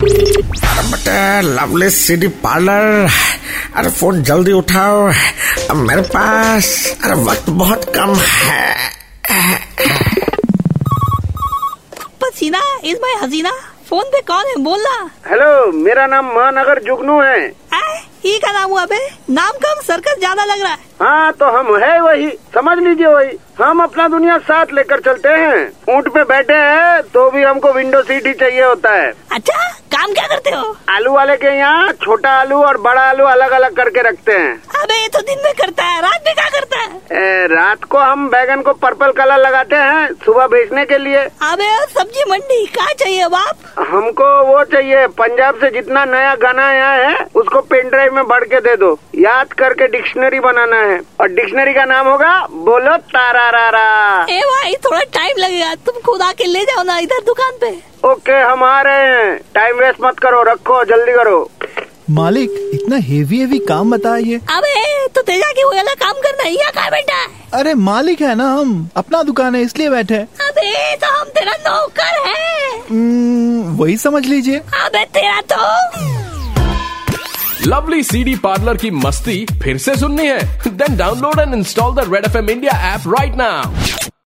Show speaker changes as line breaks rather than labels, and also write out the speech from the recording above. अरे बटे lovely city parlour अरे फोन जल्दी उठाओ अब मेरे पास अरे वक्त बहुत कम है
पसीना इज माय हसीना फोन पे कौन है बोलना
हेलो मेरा नाम महानगर जुगनू है
ऐ, ये का नाम हुआ बे नाम कम सर्कस ज्यादा लग रहा है
हाँ तो हम है वही समझ लीजिए वही हम अपना दुनिया साथ लेकर चलते हैं ऊँट पे बैठे हैं तो भी हमको विंडो सीट ही चाहिए होता है
अच्छा काम क्या करते हो
आलू वाले के यहाँ छोटा आलू और बड़ा आलू अलग अलग करके रखते हैं
अबे ये तो दिन में करता है रात में क्या करता है
ए, रात को हम बैगन को पर्पल कलर लगाते हैं सुबह बेचने के लिए
अबे सब्जी मंडी कहाँ चाहिए बाप
हमको वो चाहिए पंजाब से जितना नया गाना आया है उसको पेन ड्राइव में भर के दे दो याद करके डिक्शनरी बनाना है और डिक्शनरी का नाम होगा बोलो तारा रा रा
ए भाई थोड़ा टाइम लगेगा तुम खुद आके ले जाओ ना इधर दुकान पे
ओके हम आ रहे हैं टाइम वेस्ट मत करो रखो जल्दी करो
मालिक इतना हेवी हेवी काम बताइए
अबे तो तेजा की वो वाला काम करना है यहाँ कहा बैठा है
अरे मालिक है ना हम अपना दुकान है इसलिए बैठे हैं।
अबे तो हम तेरा नौकर है
हम्म, वही समझ लीजिए
अबे तेरा तो
लवली सी डी पार्लर की मस्ती फिर से सुननी है then download and install the red F M India app right now